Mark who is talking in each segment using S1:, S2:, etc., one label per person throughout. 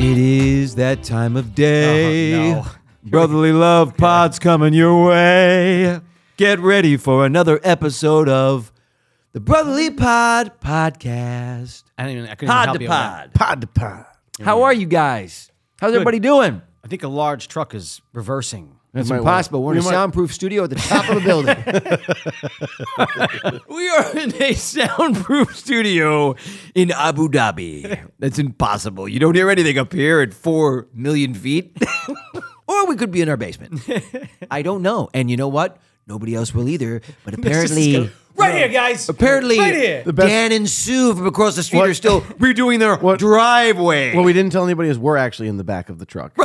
S1: It is that time of day.
S2: Uh-huh, no.
S1: Brotherly love pod's coming your way. Get ready for another episode of the Brotherly Pod podcast.
S2: I don't even. I couldn't even
S1: Pod
S2: help
S1: to
S2: you with that.
S1: pod.
S3: pod to pod.
S1: How are you guys? How's everybody doing?
S2: I think a large truck is reversing.
S1: It's
S3: might wanna-
S1: impossible. We're in
S3: we
S1: a
S3: might-
S1: soundproof studio at the top of the building. we are in a soundproof studio in Abu Dhabi. That's impossible. You don't hear anything up here at 4 million feet. or we could be in our basement. I don't know. And you know what? Nobody else will either. But apparently.
S2: Right here, guys.
S1: Apparently,
S2: Right here. The
S3: best-
S1: Dan and Sue from across the street
S3: What-
S1: are still redoing their
S3: What-
S1: driveway.
S3: What we didn't tell anybody is we're actually in the back of the truck.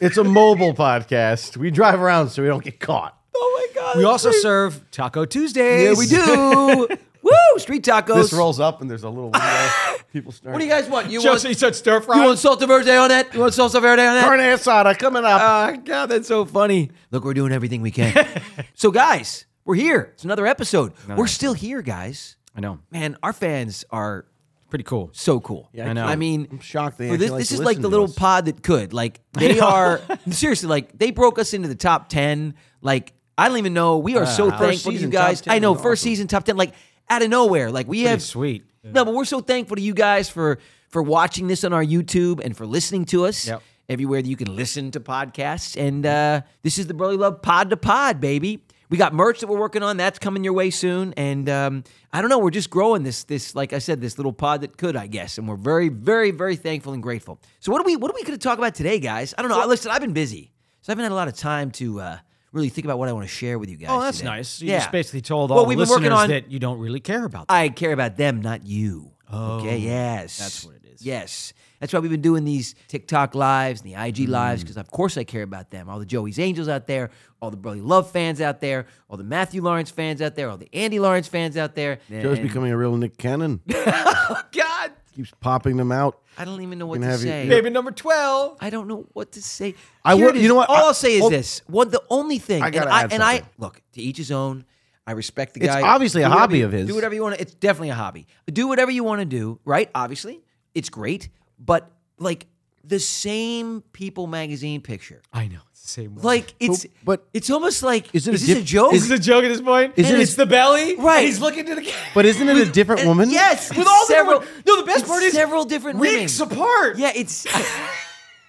S3: it's a mobile podcast. We drive around so we don't get caught.
S1: oh my God!
S2: We also serve Taco Tuesdays.
S1: yeah, we do. Woo! Street tacos.
S3: This rolls up and there's a little window. People snort.
S1: What do you guys want? You
S2: Just, he
S1: want
S2: said stir fry.
S1: you want salsa verde on that? You want salsa verde on that?
S3: Carne asada coming up.
S1: Ah, God, that's so funny. Look, we're doing everything we can. so, guys, we're here. It's another episode. We're still here, guys.
S2: I know.
S1: Man, our fans are
S2: Pretty cool.
S1: so cool.
S3: I
S2: know.
S1: I mean,
S3: I'm shocked they
S1: for this,
S3: actually
S1: this
S3: like
S1: is
S3: to
S1: like
S3: listen
S1: the
S3: to
S1: little
S3: us.
S1: pod that could. Like they are seriously like they broke us into the top ten. Like I don't even know. We are so
S3: first
S1: thankful to you
S3: season,
S1: guys.
S3: Uh, top 10
S1: I know
S3: is
S1: first
S3: awesome.
S1: season top ten. Like out of nowhere. Like we have
S2: sweet.
S1: No, but we're so thankful to you guys for for watching this on our YouTube and for listening to us.
S2: Yep.
S1: Everywhere that you can listen to podcasts. And uh, this is the Burly Love Pod to Pod, baby. We got merch that we're working on. That's coming your way soon. And um, I don't know, we're just growing this, this, like I said, this little pod that could, I guess. And we're very, very, very thankful and grateful. So what are we what are we gonna talk about today, guys? I don't know. I listen, I've been busy. So I haven't had a lot of time to uh, really think about what I want to share with you guys.
S2: Oh, that's
S1: today.
S2: nice. You just basically told all
S1: Well,
S2: the
S1: we've been
S2: listeners
S1: working on-
S2: that you don't really care about. Them.
S1: I care about them, not you. okay, yes. That's
S2: Oh, what it is.
S1: Yes. That's why we've been doing these TikTok lives and the IG
S2: Mm.
S1: lives, because of course I care about them. All the Joey's Angels out there, all the Brotherly Love fans out there, all the Matthew Lawrence fans out there, all the Andy Lawrence fans out there.
S3: Joe's
S1: And-
S3: becoming a real Nick Cannon.
S1: God,
S3: Keeps popping them out.
S1: I don't even know what
S3: Can
S1: to
S3: have you-
S1: say.
S3: yeah.
S2: Baby number twelve.
S1: I don't know what to say.
S3: I
S1: Here
S3: will-
S1: it is.
S3: you know what?
S1: All I,
S3: I-
S1: will say is
S3: oh.
S1: this: one, the only thing,
S3: I
S1: and
S3: gotta
S1: I
S3: add
S1: and I
S3: something.
S1: look to each his own. I respect the
S3: It's
S1: guy.
S3: obviously a
S1: Do whatever
S3: hobby
S1: you-
S3: of his.
S1: Do whatever you want. to. It's definitely a hobby. Do whatever you want to do. Right? Obviously, it's great. But like the same People Magazine picture,
S2: I know. It's the same. One.
S1: like it's
S3: but-
S1: it's almost like is
S3: Is
S1: it
S3: it a
S1: this
S3: diff-
S1: a joke?
S2: is it a joke at this point?
S3: Is it a-
S2: it's the belly. and
S1: Right.
S2: He's looking to the camera.
S3: But isn't it a different
S1: And-
S3: woman?
S1: Yes,
S2: with all the
S1: several.
S2: different- no, the best
S1: it's
S2: part is
S1: several different
S2: weeks
S1: women.
S2: apart.
S1: Yeah, it's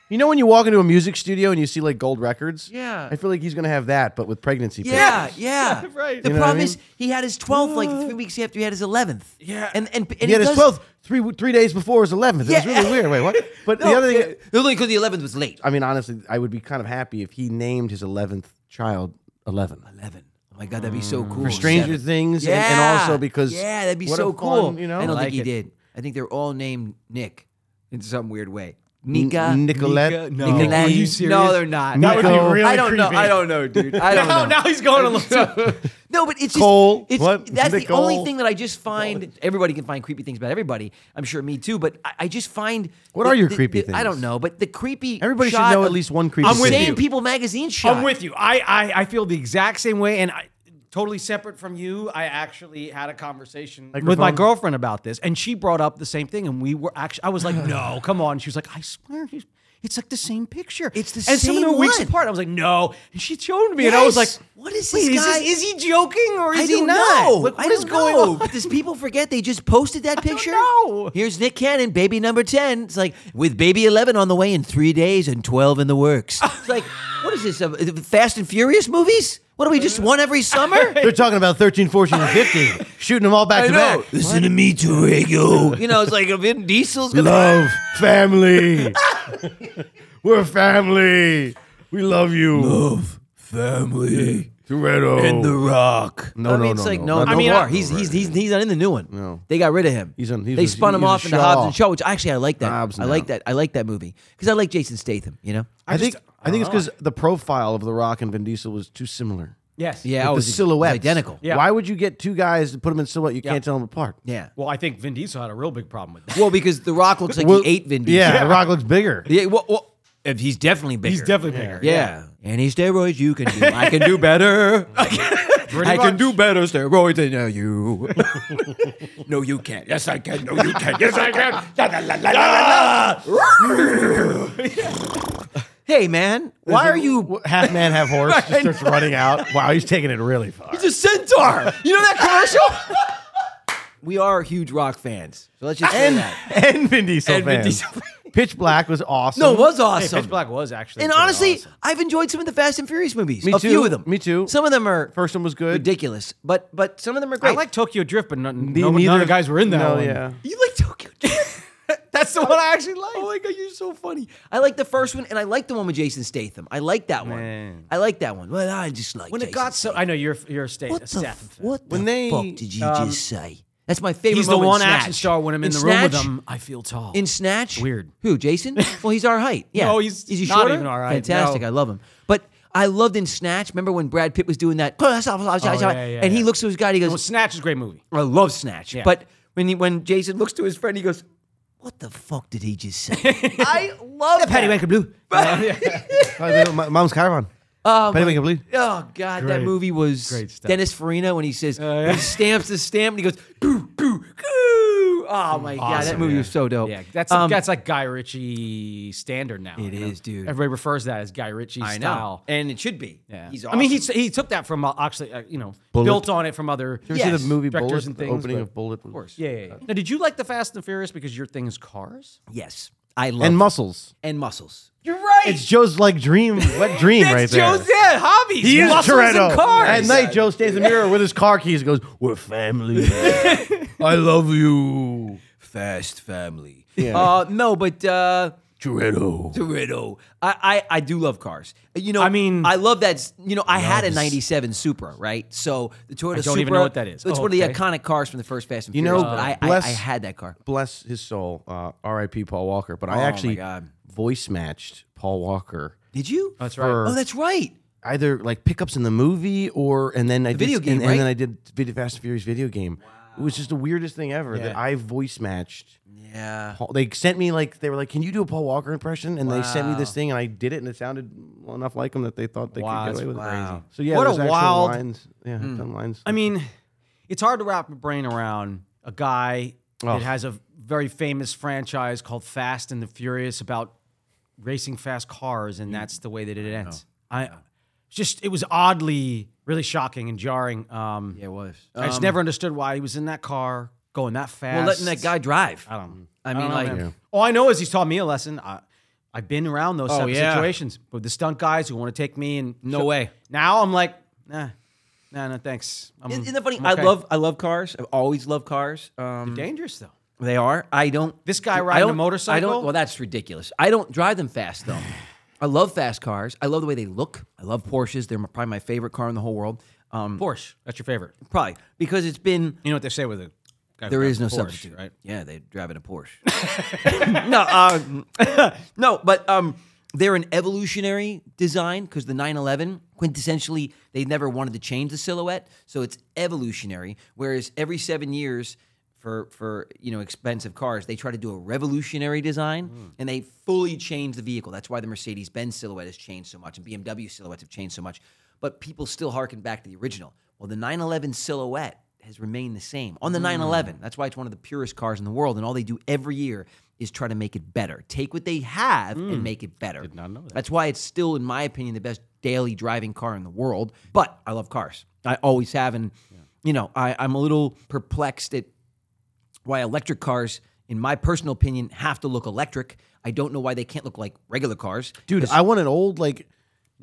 S3: You know when you walk into a music studio and you see like gold records?
S1: Yeah.
S3: I feel like he's gonna have that, but with pregnancy
S1: Yeah,
S3: pictures.
S1: yeah.
S2: Right.
S1: The
S3: You know what I
S1: problem
S3: mean?
S1: is he had his 12th like three weeks after he had his 11th.
S2: Yeah.
S1: And and, and
S3: He had
S1: it
S3: his
S1: does-
S3: twelfth three three days before his eleventh. It
S1: Yeah.
S3: was really weird. Wait, what? But the
S1: No,
S3: other thing,
S1: it- only because the 11th was late. Oh,
S3: I mean, honestly, I would be kind of happy if he named his eleventh child eleven.
S1: 11. Oh my God, that'd be so cool.
S3: Mm, For Stranger
S1: Seven.
S3: Things, and- and,
S1: Yeah.
S3: also because
S1: yeah, that'd be
S3: what
S1: so
S3: a
S1: cool.
S3: fun, you know,
S1: I don't
S2: Like
S1: think he
S2: it.
S1: did. I think they're all named Nick in some weird way.
S3: N-
S1: Nika.
S3: Nicolette,
S2: no.
S1: Nicolette.
S2: Are you serious?
S1: No, they're not.
S3: That would be
S1: No.
S3: really
S1: I don't know.
S3: creepy.
S1: I don't know, dude. I don't
S2: Now,
S1: know.
S2: now he's going to look.
S1: No, but it's
S3: Cole,
S1: just it's,
S3: what?
S1: that's the
S3: Nicole.
S1: only thing that I just find. Everybody can find creepy things about everybody. I'm sure me too. But I, I just find
S3: What
S1: the-
S3: are your
S1: the-
S3: creepy
S1: the- I don't
S3: things?
S1: know, but the creepy.
S3: Everybody should
S1: shot
S3: know
S1: of
S3: at least one creepy
S1: the
S2: I'm with
S1: same
S2: you.
S1: People magazine shot.
S2: I'm with you. I, I I feel the exact same way, and I, totally separate from you. I actually had a conversation with my
S3: Microphone.
S2: girlfriend about this, and she brought up the same thing, and we were actually. I was like, "No, come on." She was like, "I swear, he's, it's like the same picture.
S1: It's the
S2: and some of them
S1: same
S2: are weeks
S1: one.
S2: apart." I was like, "No," and she showed me, and I was like,
S1: Yes. What is
S2: "Wait,
S1: this
S2: is,
S1: guy-
S2: is he joking or is
S1: I
S2: he
S1: don't
S2: not?
S1: know.
S2: Like,
S1: I
S2: what is
S1: don't
S2: going
S1: know.
S2: on?"
S1: Does people forget they just posted that
S2: don't
S1: picture?
S2: know.
S1: Here's Nick Cannon, baby number ten. It's like with baby eleven on the way in three days and twelve in the works. It's like what is this? uh, Fast and Furious movies? What do we just one every summer?
S3: They're talking about 13, 14, and 15, shooting them all back to back.
S1: Listen to me, Torego. You know, it's like Vin Diesel's gonna.
S3: Love, family. We're family. We love you. Love, family. Toretto.
S1: Rock.
S3: Oh. No,
S1: I mean,
S3: no,
S1: it's
S3: no,
S1: like
S3: no.
S1: no, no,
S3: Not
S1: I
S3: No
S1: mean,
S3: mean,
S1: more.
S3: I-
S1: he's, he's he's he's not in the new one.
S3: No.
S1: they got rid of him.
S3: He's in- he
S1: they
S3: was-
S1: spun
S3: he
S1: him
S3: was
S1: off
S3: a
S1: into
S3: Shaw.
S1: Hobbs and Shaw, which actually I like that.
S3: Hobbs
S1: I like
S3: now.
S1: that. I like that movie because I like Jason Statham. You know.
S3: I think I, think it's because the profile of The Rock and Vin Diesel was too similar.
S2: Yes.
S1: Yeah.
S3: Like
S1: oh,
S3: the
S1: it's- it's
S3: silhouettes
S1: identical.
S2: Yeah.
S3: Why would you get two guys to put them in silhouette? You
S2: Yeah.
S3: can't tell them apart.
S1: Yeah.
S2: Well, I think Vin Diesel had a real big problem with that.
S1: Well, because The Rock looks like
S3: Well,
S1: he ate Vin Diesel.
S3: Yeah, The Rock looks bigger.
S1: Yeah. Well, well, and he's definitely bigger.
S2: He's definitely bigger.
S1: Yeah. Any steroids you can do, I can do better. I can do better, steroids than uh, you. no, you can't. Yes, I can. No, you can't. Yes, I can. La, la, la, la, la, la, la. hey, man, why are you?
S3: half man, half horse? Just starts running out. Wow, he's taking it really far.
S1: He's a centaur. You know that commercial? we are huge rock fans, so let's just say that.
S3: and Vin Diesel.
S1: And Vin
S3: fans.
S1: Diesel.
S3: Pitch Black was awesome.
S1: No, it was
S2: Hey,
S1: awesome.
S2: Pitch Black was actually.
S1: And
S2: pretty
S1: honestly,
S2: awesome.
S1: I've enjoyed some of the Fast and Furious movies.
S3: Me
S1: a few
S3: too.
S1: of them.
S3: Me too.
S1: Some of them are
S3: First one was good.
S1: ridiculous, but but some of them are
S2: I
S1: great.
S2: like Tokyo Drift, but none,
S3: Ne-
S2: no, none of the guys were in that
S3: no,
S2: one.
S3: Yeah.
S1: you like Tokyo. Drift. That's the one I actually like. Oh my god, you're so funny. I like the first one, and I like the one with Jason Statham. I like that one.
S2: Man.
S1: I like that one. Well, I just like
S2: When it
S1: Jason
S2: got so, I know you're you're a state.
S1: What
S2: a
S1: the,
S2: staff
S1: f- what the
S3: When they,
S1: fuck did you
S2: um,
S1: just say? That's my favorite.
S2: He's the
S1: moment in
S2: one action
S1: Snatch.
S2: star when I'm in, the room
S1: Snatch,
S2: with him. I feel tall.
S1: In Snatch,
S2: Weird.
S1: Who, Jason? Well, he's our height. Yeah.
S2: No, he's
S1: is he
S2: not
S1: shorter?
S2: even our height,
S1: Fantastic.
S2: no.
S1: I love him. But I loved in Snatch. Remember when Brad Pitt was doing that? "Oh,
S2: Oh, yeah, yeah,
S1: and he
S2: yeah.
S1: looks to his guy. and He
S2: well,
S1: goes,
S2: Snatch is a great movie.
S1: "I love Snatch."
S2: Yeah.
S1: But when he, when Jason looks to his friend, he goes, "What the fuck did he just say?" I love the
S2: Patty Wanker Blue.
S3: Oh, my- Mom's Chiron.
S1: Oh,
S3: Patty
S1: my-
S3: Wanker Blue.
S1: Oh God, that
S2: Great.
S1: movie was
S2: Great stuff. Oh,
S1: Dennis Farina when he says
S2: yeah.
S1: when he stamps the stamp and he goes goo goo goo. Oh my God, that
S2: Awesome,
S1: movie
S2: yeah.
S1: was so dope.
S2: Yeah, that's
S1: Um,
S2: that's like Guy Ritchie standard now. It is,
S1: is, dude.
S2: Everybody refers to that as Guy Ritchie
S1: I know,
S2: style.
S1: and it should be.
S2: Yeah.
S1: He's
S2: I mean,
S1: awesome.
S2: he he took that from uh, actually, uh, you know,
S3: Bullet.
S2: built on it from other.
S3: You ever see
S1: Yes.
S3: the movie
S2: Directors
S3: Bullet?
S2: and
S3: The
S2: things,
S3: opening
S2: but-
S3: of Bullet. Of course.
S2: Yeah, yeah, yeah. Now, did you like the Fast and Furious because your thing is cars?
S1: Yes, I love
S3: And muscles.
S1: and muscles.
S2: You're right.
S3: It's Joe's like dream, wet dream right there.
S2: yeah, hobbies.
S3: He is
S2: Muscles and
S3: Toretto.
S2: cars.
S3: At night, Joe stays in the mirror with his car keys. and Goes, we're family. I love you,
S1: Fast family. Uh, no, but uh,
S3: Toretto.
S1: Toretto. I, I I do love cars. Uh, You know,
S2: I mean-
S1: I love that. s- You know, I had a '97 Supra, right? So the Toyota
S2: don't even
S1: Supra-
S2: know what that is.
S1: It's
S2: Oh,
S1: one of the
S2: okay.
S1: iconic cars from the first Fast and
S3: You know,
S1: Furious. but I, I I
S3: bless-
S1: had that car. Oh,
S3: bless his soul, uh, R.I.P. Paul Walker. But
S1: my
S3: I actually
S1: God.
S3: voice matched Paul Walker
S1: Did you?
S2: That's right.
S3: for
S1: Oh, that's right.
S3: either like pickups in the movie or and then I
S1: video
S3: did,
S1: game,
S3: and,
S1: right?
S3: and then I did video Fast and Furious video game. It was just the weirdest thing ever that I voice matched.
S1: Yeah.
S3: Paul, they sent me like they were like, "Can you do a Paul Walker impression?" And they sent me this thing, and I did it, and it sounded enough like him that they thought they
S2: Wow,
S3: could get
S2: that's
S3: away with
S1: wow.
S3: it. So yeah,
S2: What a
S3: there's actual
S2: wild- Hmm.
S3: lines. Yeah, done lines.
S2: I mean, it's hard to wrap my brain around a guy that
S1: Oh.
S3: Ugh.
S2: has a very famous franchise called Fast and the Furious about racing fast cars, and that's the way that it ends. I just it was oddly really shocking and jarring. Um,
S1: Yeah, it was.
S2: I just never understood why he was in that car going that fast.
S1: Um, Well, letting that guy drive.
S2: I don't.
S1: I mean,
S2: don't know,
S1: like,
S2: man. all I know is he's taught me a lesson. I, I've been around those type
S1: Oh, yeah.
S2: of situations with the stunt guys who want to take me and
S1: No way.
S2: Now I'm like, nah, nah, no thanks. I'm,
S1: isn't that funny?
S2: I'm
S1: I
S2: okay.
S1: love I love cars. I've always loved cars. Um,
S2: dangerous though.
S1: They are. I don't.
S2: This guy
S1: I
S2: riding a
S1: don't-
S2: motorcycle?
S1: I don't. Well, that's ridiculous. I don't drive them fast though. I love fast cars. I love the way they look. I love Porsches. They're my- probably my favorite car in the whole world. Um,
S2: Porsche, that's your favorite.
S1: probably because it's been
S2: You know what they say with a guy who
S1: there is
S2: drives
S1: no
S2: a Porsche,
S1: substitute,
S2: right?
S1: Yeah, they drive in a Porsche. no, uh, no, but um, they're an evolutionary design because the 911 quintessentially they never wanted to change the silhouette, so it's evolutionary. Whereas every seven years. For, for you know expensive cars, they try to do a revolutionary design
S2: Hmm.
S1: and they fully change the vehicle. That's why the Mercedes Benz silhouette has changed so much and BMW silhouettes have changed so much. But people still harken back to the original. Well, the 911 silhouette has remained the same on the
S2: Hmm.
S1: 911. That's why it's one of the purest cars in the world, and all they do every year is try to make it better. Take what they have and make it better. Did
S2: Hmm. not know that.
S1: That's why it's still, in my opinion, the best daily driving car in the world. But I love cars. I always have, and you know, I, I'm a little perplexed at why electric cars, in my personal opinion, have to look electric. I don't know why they can't look like regular cars.
S3: dude, I want an old like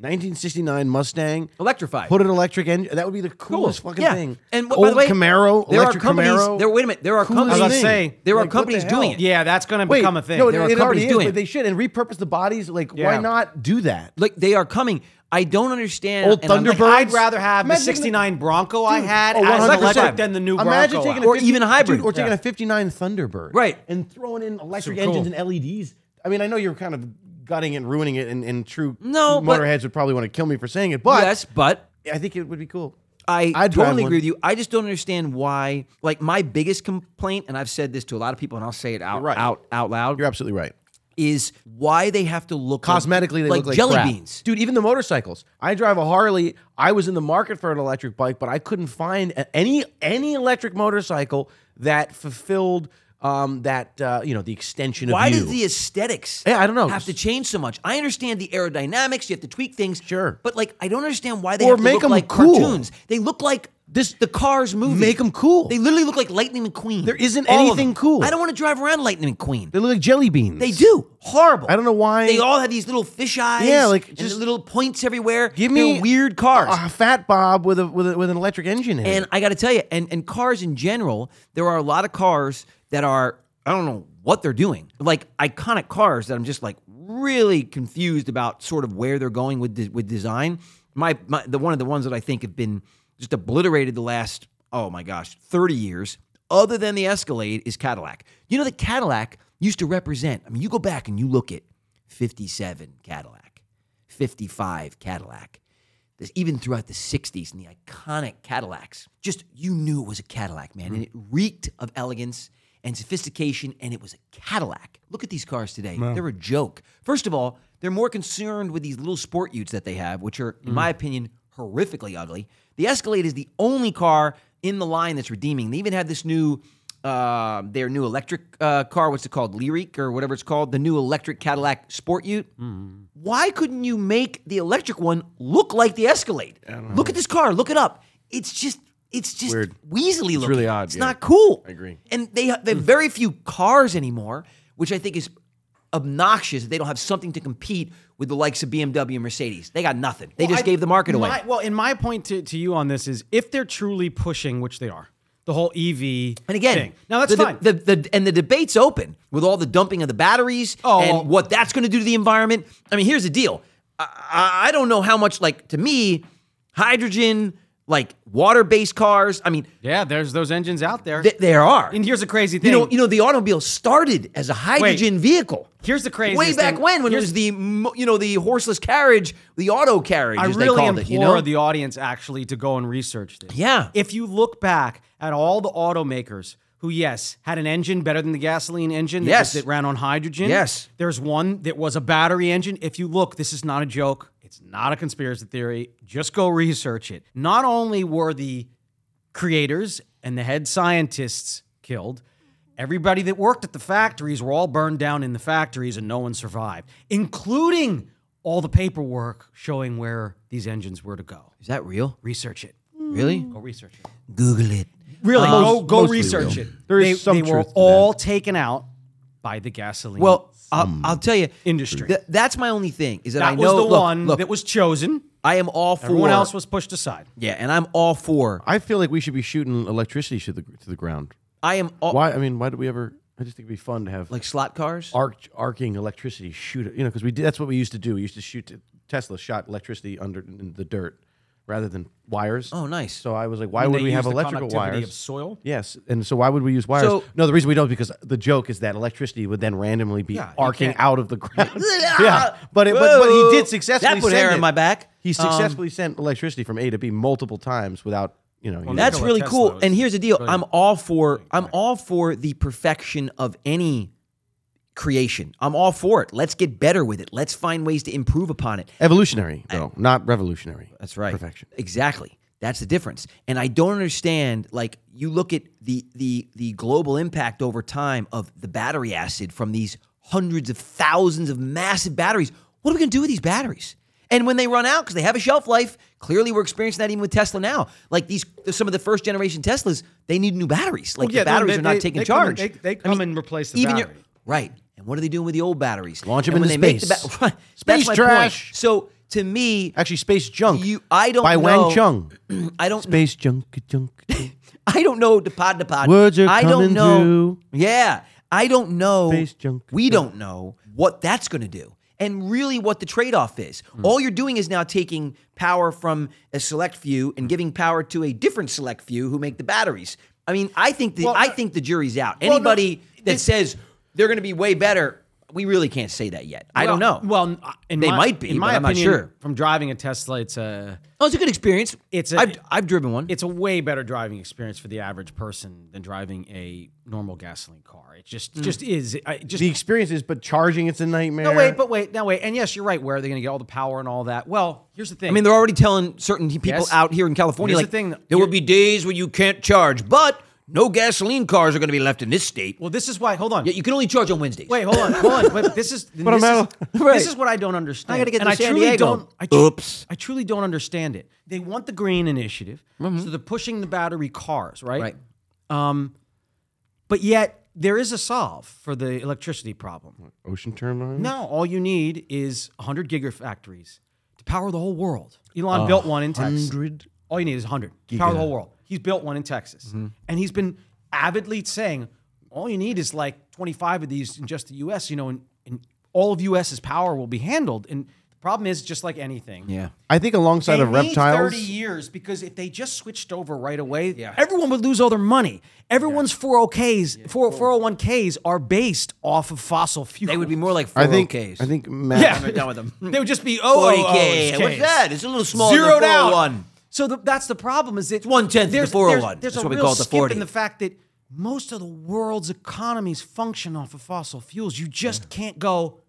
S3: 1969 Mustang.
S1: Electrified.
S3: Put an electric engine. That would be the coolest fucking
S1: yeah.
S3: thing.
S1: And what-
S3: old
S1: by the way,
S3: Camaro,
S1: there are
S3: electric
S1: companies.
S3: Camaro.
S1: There, wait a minute. There are
S3: Coolest
S2: I was about
S1: companies.
S2: to
S3: thing.
S2: say,
S1: there are
S3: Like, what the
S1: companies doing it.
S3: hell?
S2: Yeah, that's gonna
S3: Wait,
S2: become a thing.
S3: No,
S1: There are
S3: it, it already
S1: companies
S3: is,
S1: doing it.
S3: but they should and repurpose the bodies. Like,
S2: Yeah.
S3: why not do that?
S1: Like they are coming. I don't understand.
S3: Old
S1: and I'm-
S3: Thunderbird.
S2: I'd rather have the
S3: Imagine the-
S2: '69 Bronco I had
S3: Oh,
S2: as an
S3: 100%.
S2: electric than the new
S3: Imagine
S2: Bronco.
S3: taking
S2: out.
S3: a
S1: Or even a hybrid.
S3: dude, or taking
S2: Yeah.
S3: a '59 Thunderbird,
S1: Right.
S3: and throwing in electric
S2: Super cool.
S3: engines and LEDs. I mean, I know you're kind of gutting it and ruining it, and, and true
S1: No, but-
S3: motorheads would probably want to kill me for saying it, but
S1: yes, but
S3: I think it would be cool.
S1: I
S3: I'd drive
S1: totally
S3: one.
S1: agree with you. I just don't understand why. Like my biggest complaint, and I've said this to a lot of people, and I'll say it out
S3: right.
S1: out out loud.
S3: You're absolutely right.
S1: is why they have to look like-
S3: Cosmetically, they
S1: like
S3: look like
S1: jelly
S3: crap.
S1: beans.
S3: dude. Even the motorcycles. I drive a Harley. I was in the market for an electric bike, but I couldn't find a- any any electric motorcycle that fulfilled um, that uh, you know the extension
S1: Why
S3: of you.
S1: does the aesthetics?
S3: Yeah, I don't know.
S1: Have to change so much. I understand the aerodynamics. You have to tweak things.
S3: Sure.
S1: but like I don't understand why they
S3: Or
S1: have to
S3: make
S1: look
S3: 'em
S1: like
S3: cool.
S1: cartoons. They look like this. The cars movie.
S3: Make 'em cool.
S1: They literally look like Lightning McQueen. There
S3: isn't anything cool.
S1: I don't want to drive around Lightning McQueen.
S3: they look like jelly beans.
S1: They do horrible.
S3: I don't know why.
S1: They all have these little fish eyes.
S3: Yeah, like,
S1: and
S3: just-
S1: little points everywhere.
S3: Give
S1: They're
S3: me
S1: weird cars.
S3: A fat Bob with a with, a, with an electric engine in it.
S1: And I got to tell you, and and cars in general, there are a lot of cars that are I don't know what they're doing, like iconic cars that I'm just like really confused about sort of where they're going with de- with design. My, my the one of the ones that I think have been just obliterated the last oh my gosh thirty years, other than the Escalade, is Cadillac. You know that Cadillac used to represent. I mean, you go back and you look at '57 Cadillac, '55 Cadillac this, even throughout the 60s and the iconic Cadillacs. Just, you knew it was a Cadillac, man. And it reeked of elegance and sophistication, and it was a Cadillac. Look at these cars today. They're a joke. First of all, they're more concerned with these little sport utes that they have, which are, in my opinion, horrifically ugly. The Escalade is the only car in the line that's redeeming. They even have this new. Uh, their new electric uh, car, what's it called? Lyric or whatever it's called, the new electric Cadillac Sport Ute why couldn't you make the electric one look like the Escalade? Look at this car. Look it up. It's just it's just
S3: Weird.
S1: weaselly looking.
S3: really odd,
S1: It's
S3: yeah.
S1: not cool. I
S3: agree.
S1: And they they have very few cars anymore, which I think is obnoxious. that They don't have something to compete with the likes of BMW and Mercedes. They got nothing. They just
S2: I-
S1: gave the market away.
S2: my- well, and my point to, to you on this is if they're truly pushing, which they are, the whole EV
S1: and again,
S2: thing. Now that's
S1: the,
S2: fine.
S1: The, the, the- and the debate's open with all the dumping of the batteries
S2: Oh,
S1: and
S2: well-
S1: what that's going to do to the environment. I mean, here's the deal. I, I, I don't know how much, like, to me, hydrogen, like water based cars, I mean,
S2: yeah, there's those engines out there.
S1: th- there are.
S2: and here's the crazy
S1: you
S2: thing.
S1: know, you know, the automobile started as a hydrogen vehicle.
S2: here's the craziest
S1: way back
S2: thing.
S1: when, when it
S2: Here's-
S1: was the mo- you know the horseless carriage, the auto carriage,
S2: I
S1: as they
S2: really
S1: called
S2: implore
S1: it. You know,
S2: the audience actually to go and research this.
S1: Yeah.
S2: If you look back at all the automakers who, yes, had an engine better than the gasoline engine that,
S1: Yes.
S2: that ran on hydrogen.
S1: Yes.
S2: There's one that was a battery engine. If you look, this is not a joke. It's not a conspiracy theory. Just go research it. Not only were the creators and the head scientists killed. Everybody that worked at the factories were all burned down in the factories and no one survived, including all the paperwork showing where these engines were to go.
S1: is that real?
S2: Research it.
S1: Really?
S2: Go research it.
S1: Google it.
S2: Really? go
S3: Most-
S2: go
S3: mostly
S2: research
S3: real.
S2: it.
S3: There is
S2: they,
S3: some
S2: they were
S3: truth to
S2: all taken out by the gasoline
S1: Well,
S3: Hmm.
S1: I'll, I'll tell you,
S2: industry.
S1: Th- that's my only thing is that, I
S2: that
S1: know
S2: was the
S1: look,
S2: one
S1: look,
S2: that was chosen.
S1: I am all for
S2: Everyone else was pushed aside.
S1: yeah, and I'm all for
S3: I feel like we should be shooting electricity to the to the ground.
S1: I am all
S3: Why? I mean, why do we ever? I just think it'd be fun to have
S1: like slot cars.
S3: arc arcing electricity shoot. it, You know, because we did, that's what we used to do. We used to shoot Tesla shot electricity under in the dirt rather than wires.
S1: Oh, nice.
S3: So I was like, why
S2: And
S3: would
S2: they
S3: we have
S2: used the
S3: electrical
S2: conductivity
S3: wires?
S2: Of soil.
S3: Yes, and so why would we use wires?
S1: So-
S3: no, the reason we don't is because the joke is that electricity would then randomly be
S2: Yeah, you
S3: arcing
S2: can't-
S3: out of the ground. yeah, but, it, but but
S1: Whoa.
S3: he did successfully.
S1: That put
S3: send
S1: hair
S3: it.
S1: in my um, back.
S3: He successfully sent electricity from A to B multiple times without you know. using-
S1: That's
S2: Nikola
S1: really
S2: Tesla
S1: cool.
S2: was
S1: And here's the deal: I'm all for I'm all for the perfection of any creation. I'm all for it. Let's get better with it. Let's find ways to improve upon it.
S3: evolutionary though, not revolutionary.
S1: That's right.
S3: Perfection.
S1: Exactly. That's the difference. And I don't understand. Like you look at the the the global impact over time of the battery acid from these hundreds of thousands of massive batteries. What are we gonna do with these batteries? And when they run out, because they have a shelf life, clearly we're experiencing that even with Tesla now. Like these, some of the first generation Teslas, they need new batteries. Like
S2: yeah,
S1: the
S2: they-
S1: batteries
S2: they-
S1: are not
S2: they-
S1: taking
S2: they come and-
S1: charge.
S2: they- they come and replace the
S1: even your-
S2: battery.
S1: right. And what are they doing with the old batteries?
S3: Launch 'em
S1: And
S3: into
S1: when they make
S3: space.
S1: the ba-
S3: Space
S1: That's my
S3: trash.
S1: Point. So to me,
S3: Actually, space junk.
S1: You- I don't
S3: by
S1: know-
S3: Wang Chung.
S1: I don't
S3: Space junk, junk. junk.
S1: I don't know to pod to pod.
S3: Words are
S1: I don't
S3: coming
S1: know.
S3: through.
S1: Yeah, I don't know.
S3: Space junk.
S1: We don't know what that's going to do, and really what the trade off is.
S3: Hmm.
S1: All you're doing is now taking power from a select few and giving power to a different select few who make the batteries. I mean, I think the I think the jury's out. Anybody that says they're going to be way better, we really can't say that yet. I don't
S2: Well-
S1: know.
S2: Well, n- in
S1: They
S2: my-
S1: might be,
S2: In
S1: but
S2: my
S1: I'm not
S2: opinion,
S1: sure.
S2: From driving a Tesla, it's a
S1: oh, it's a good experience.
S2: It's a-
S1: i I've I've driven one.
S2: it's a way better driving experience for the average person than driving a normal gasoline car. It just
S1: Mm.
S2: just is. I just
S3: The experience is, but charging it's a nightmare.
S2: no wait, but wait, no wait. And yes, you're right. Where are they going to get all the power and all that? Well, here's the thing.
S1: I mean, they're already telling certain people
S2: Yes.
S1: out here in California,
S2: Here's
S1: like,
S2: the thing,
S1: there will be days where you can't charge, but no gasoline cars are going to be left in this state.
S2: well, this is why. Hold on.
S1: Yet you can only charge on Wednesdays.
S2: Wait, hold on, hold on. But this is
S3: I'm
S2: this,
S3: out.
S2: is,
S1: Right.
S2: this is what I don't understand.
S1: gotta get
S2: and
S1: to
S2: I
S1: San
S2: truly
S1: Diego.
S2: don't. I tru-
S1: Oops.
S2: I truly don't understand it. They want the green initiative,
S1: Mm-hmm.
S2: so they're pushing the battery cars, right?
S1: Right.
S2: Um, but yet there is a solve for the electricity problem.
S3: ocean terminal.
S2: Now all you need is 100 gigafactories to power the whole world.
S1: Oh,
S2: Elon built one in Texas. All you need is 100 to power the whole world. He's built one in Texas, and he's been avidly saying, all you need is like 25 of these in just the U.S. You know, and, and all of U.S.'s power will be handled. And the problem is, just like anything,
S1: Yeah.
S3: I think alongside
S2: they
S3: of
S2: need
S3: reptiles.
S2: 30 years because if they just switched over right away, everyone would lose all their money. Everyone's 401ks, 401ks are based off of fossil fuel.
S1: They would be more like 4
S3: I think.
S1: Ks.
S3: I think. Matt,
S2: Yeah.
S1: I'm done with them.
S2: They would just be oh,
S1: 40
S2: OOOs.
S1: K. What's that? It's a little smaller
S2: Zeroed
S1: than
S2: out.
S1: 401.
S2: So the, that's the problem. Is it's
S1: one-tenth of the 401.
S2: There's, there's
S1: That's
S2: a
S1: what we
S2: real
S1: call it, the
S2: skip
S1: 40.
S2: in the fact that most of the world's economies function off of fossil fuels. You just can't go.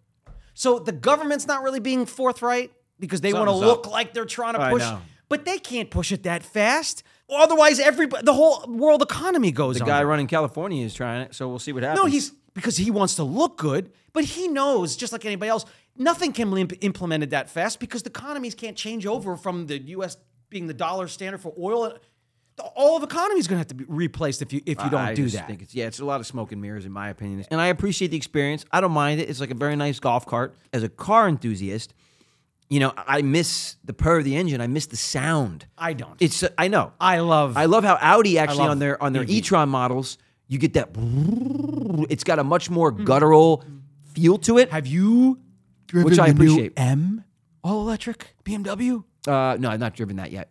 S2: So the government's not really being forthright because they want to
S1: Something's
S2: look
S1: up.
S2: like they're trying to
S1: I
S2: push,
S1: know.
S2: but they can't push it that fast. Otherwise, everybody, the whole world economy goes.
S1: The
S2: on.
S1: guy running California is trying it, so we'll see what happens.
S2: No, he's because he wants to look good, but he knows, just like anybody else, nothing can be imp- implemented that fast because the economies can't change over from the U.S. being the dollar standard for oil. The- All of economy is going to have to be replaced if you if you don't
S1: I
S2: do
S1: just
S2: that.
S1: think it's- yeah, it's a lot of smoke and mirrors, in my opinion. And I appreciate the experience. I don't mind it. It's like a very nice golf cart. As a car enthusiast, you know, I miss the purr of the engine. I miss the sound.
S2: I don't.
S1: It's uh, I know.
S2: I love.
S1: I love how Audi actually
S2: love
S1: on their on their
S2: EV.
S1: e-tron models, you get that. It's got a much more guttural feel to it.
S2: have you driven
S1: Which I
S2: the new
S1: appreciate.
S2: M all electric BMW?
S1: Uh, no, I've not driven that yet.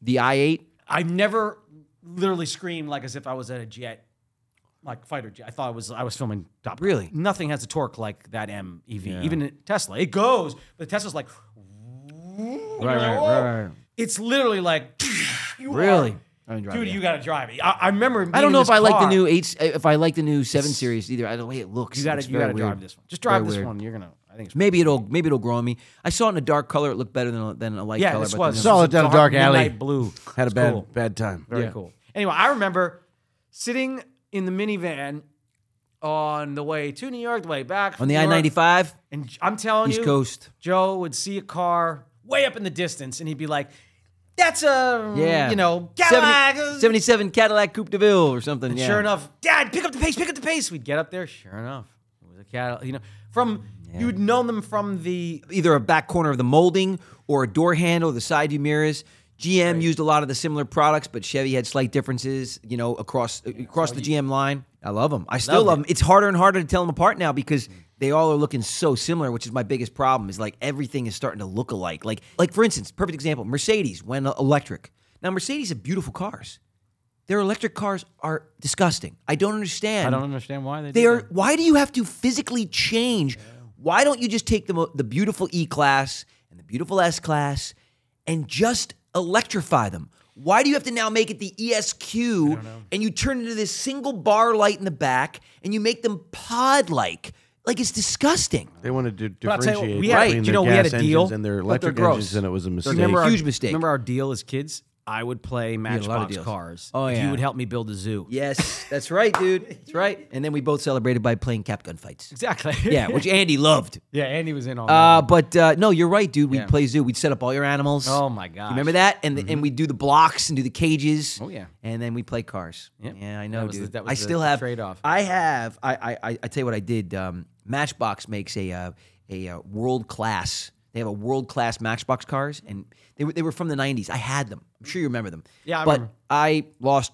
S1: The i8.
S2: I've never literally screamed like as if I was at a jet, like fighter jet. I thought I was I was filming Top. Gun.
S1: Really?
S2: nothing has a torque like that M EV. Even in Tesla, it goes, but Tesla's like,
S1: Right, right, right, right.
S2: It's literally like, you are-
S1: Really? I didn't drive
S2: dude,
S1: it
S2: you got to drive it. I, I remember.
S1: I
S2: being in
S1: don't know
S2: this
S1: if I like the
S2: car.
S1: new eight. If I like the new seven series either. I don't. The way it looks.
S2: You got
S1: it's
S2: to you
S1: very
S2: got to
S1: weird.
S2: drive this one. Just drive
S1: Very
S2: this
S1: weird.
S2: one. You're gonna. I think it's.
S1: Maybe it'll maybe it'll grow on me. I saw it in a dark color. It looked better than a, than a light
S2: Yeah,
S1: color.
S2: this
S1: but
S2: was
S1: then-
S3: Saw it down a dark alley.
S2: midnight Blue
S3: Had a
S2: It's
S3: bad
S2: cool.
S3: bad time.
S2: Very
S1: Yeah.
S2: cool. Anyway, I remember sitting in the minivan on the way to New York, the way back
S1: on the I ninety five
S2: And J- I'm telling
S1: East
S2: you,
S1: Coast.
S2: Joe would see a car way up in the distance, and he'd be like, "That's a
S1: Yeah,
S2: you know Cadillac."
S1: 70, 77 Cadillac Coupe de Ville or something.
S2: And
S1: yeah.
S2: Sure enough, Dad, pick up the pace, pick up the pace. We'd get up there. Sure enough, it was a Cadillac. You know, from you'd known them from the
S1: either a back corner of the molding or a door handle, the side view mirrors. GM used a lot of the similar products, but Chevy had slight differences, you know, across across the GM line. I love them. I still
S2: Love
S1: love them. It's harder and harder to tell them apart now because they all are looking so similar, which is my biggest problem. Is like everything is starting to look alike. Like like for instance, perfect example, Mercedes when electric. Now Mercedes have beautiful cars. Their electric cars are disgusting. I don't understand.
S2: I don't understand why they
S1: They
S2: did
S1: are.
S2: that.
S1: Why do you have to physically change? Why don't you just take the mo- the beautiful E class and the beautiful S class and just electrify them? Why do you have to now make it the ESQ and you turn it into this single bar light in the back and you make them pod like? Like it's disgusting.
S3: They wanted to
S2: I'll tell you what,
S3: differentiate between
S2: we had-
S3: their
S2: you know, we had
S3: gas
S2: a deal,
S3: engines and their
S2: but they're
S3: electric
S2: gross.
S3: engines, and it was a mistake.
S1: remember our-
S2: our,
S1: huge mistake.
S2: Remember our deal as kids? I would
S1: a
S2: play
S1: lot of
S2: Matchbox
S1: deals.
S2: cars.
S1: Oh,
S2: if
S1: yeah.
S2: you would help me build a zoo.
S1: Yes, that's right, dude. That's right. And then we both celebrated by playing cap gun fights.
S2: Exactly.
S1: Yeah, which Andy loved.
S2: yeah, Andy was in on that.
S1: Uh, but uh, no, you're right, dude. We'd
S2: Yeah.
S1: play zoo. We'd set up all your animals.
S2: Oh my gosh. Mm-hmm.
S1: You remember that? And the, and we do the blocks and do the cages.
S2: Oh, yeah.
S1: And then we play cars.
S2: Yep.
S1: Yeah, I know,
S2: That was the-
S1: dude.
S2: that was
S1: I
S2: the
S1: still have
S2: trade-off.
S1: I have. I I I, I tell you what I did. Um, Matchbox makes a uh, a uh, world class. They have a world class Matchbox cars, and they were they were from the '90s. I had them. I'm sure you remember them.
S2: Yeah, I
S1: but
S2: remember.
S1: I lost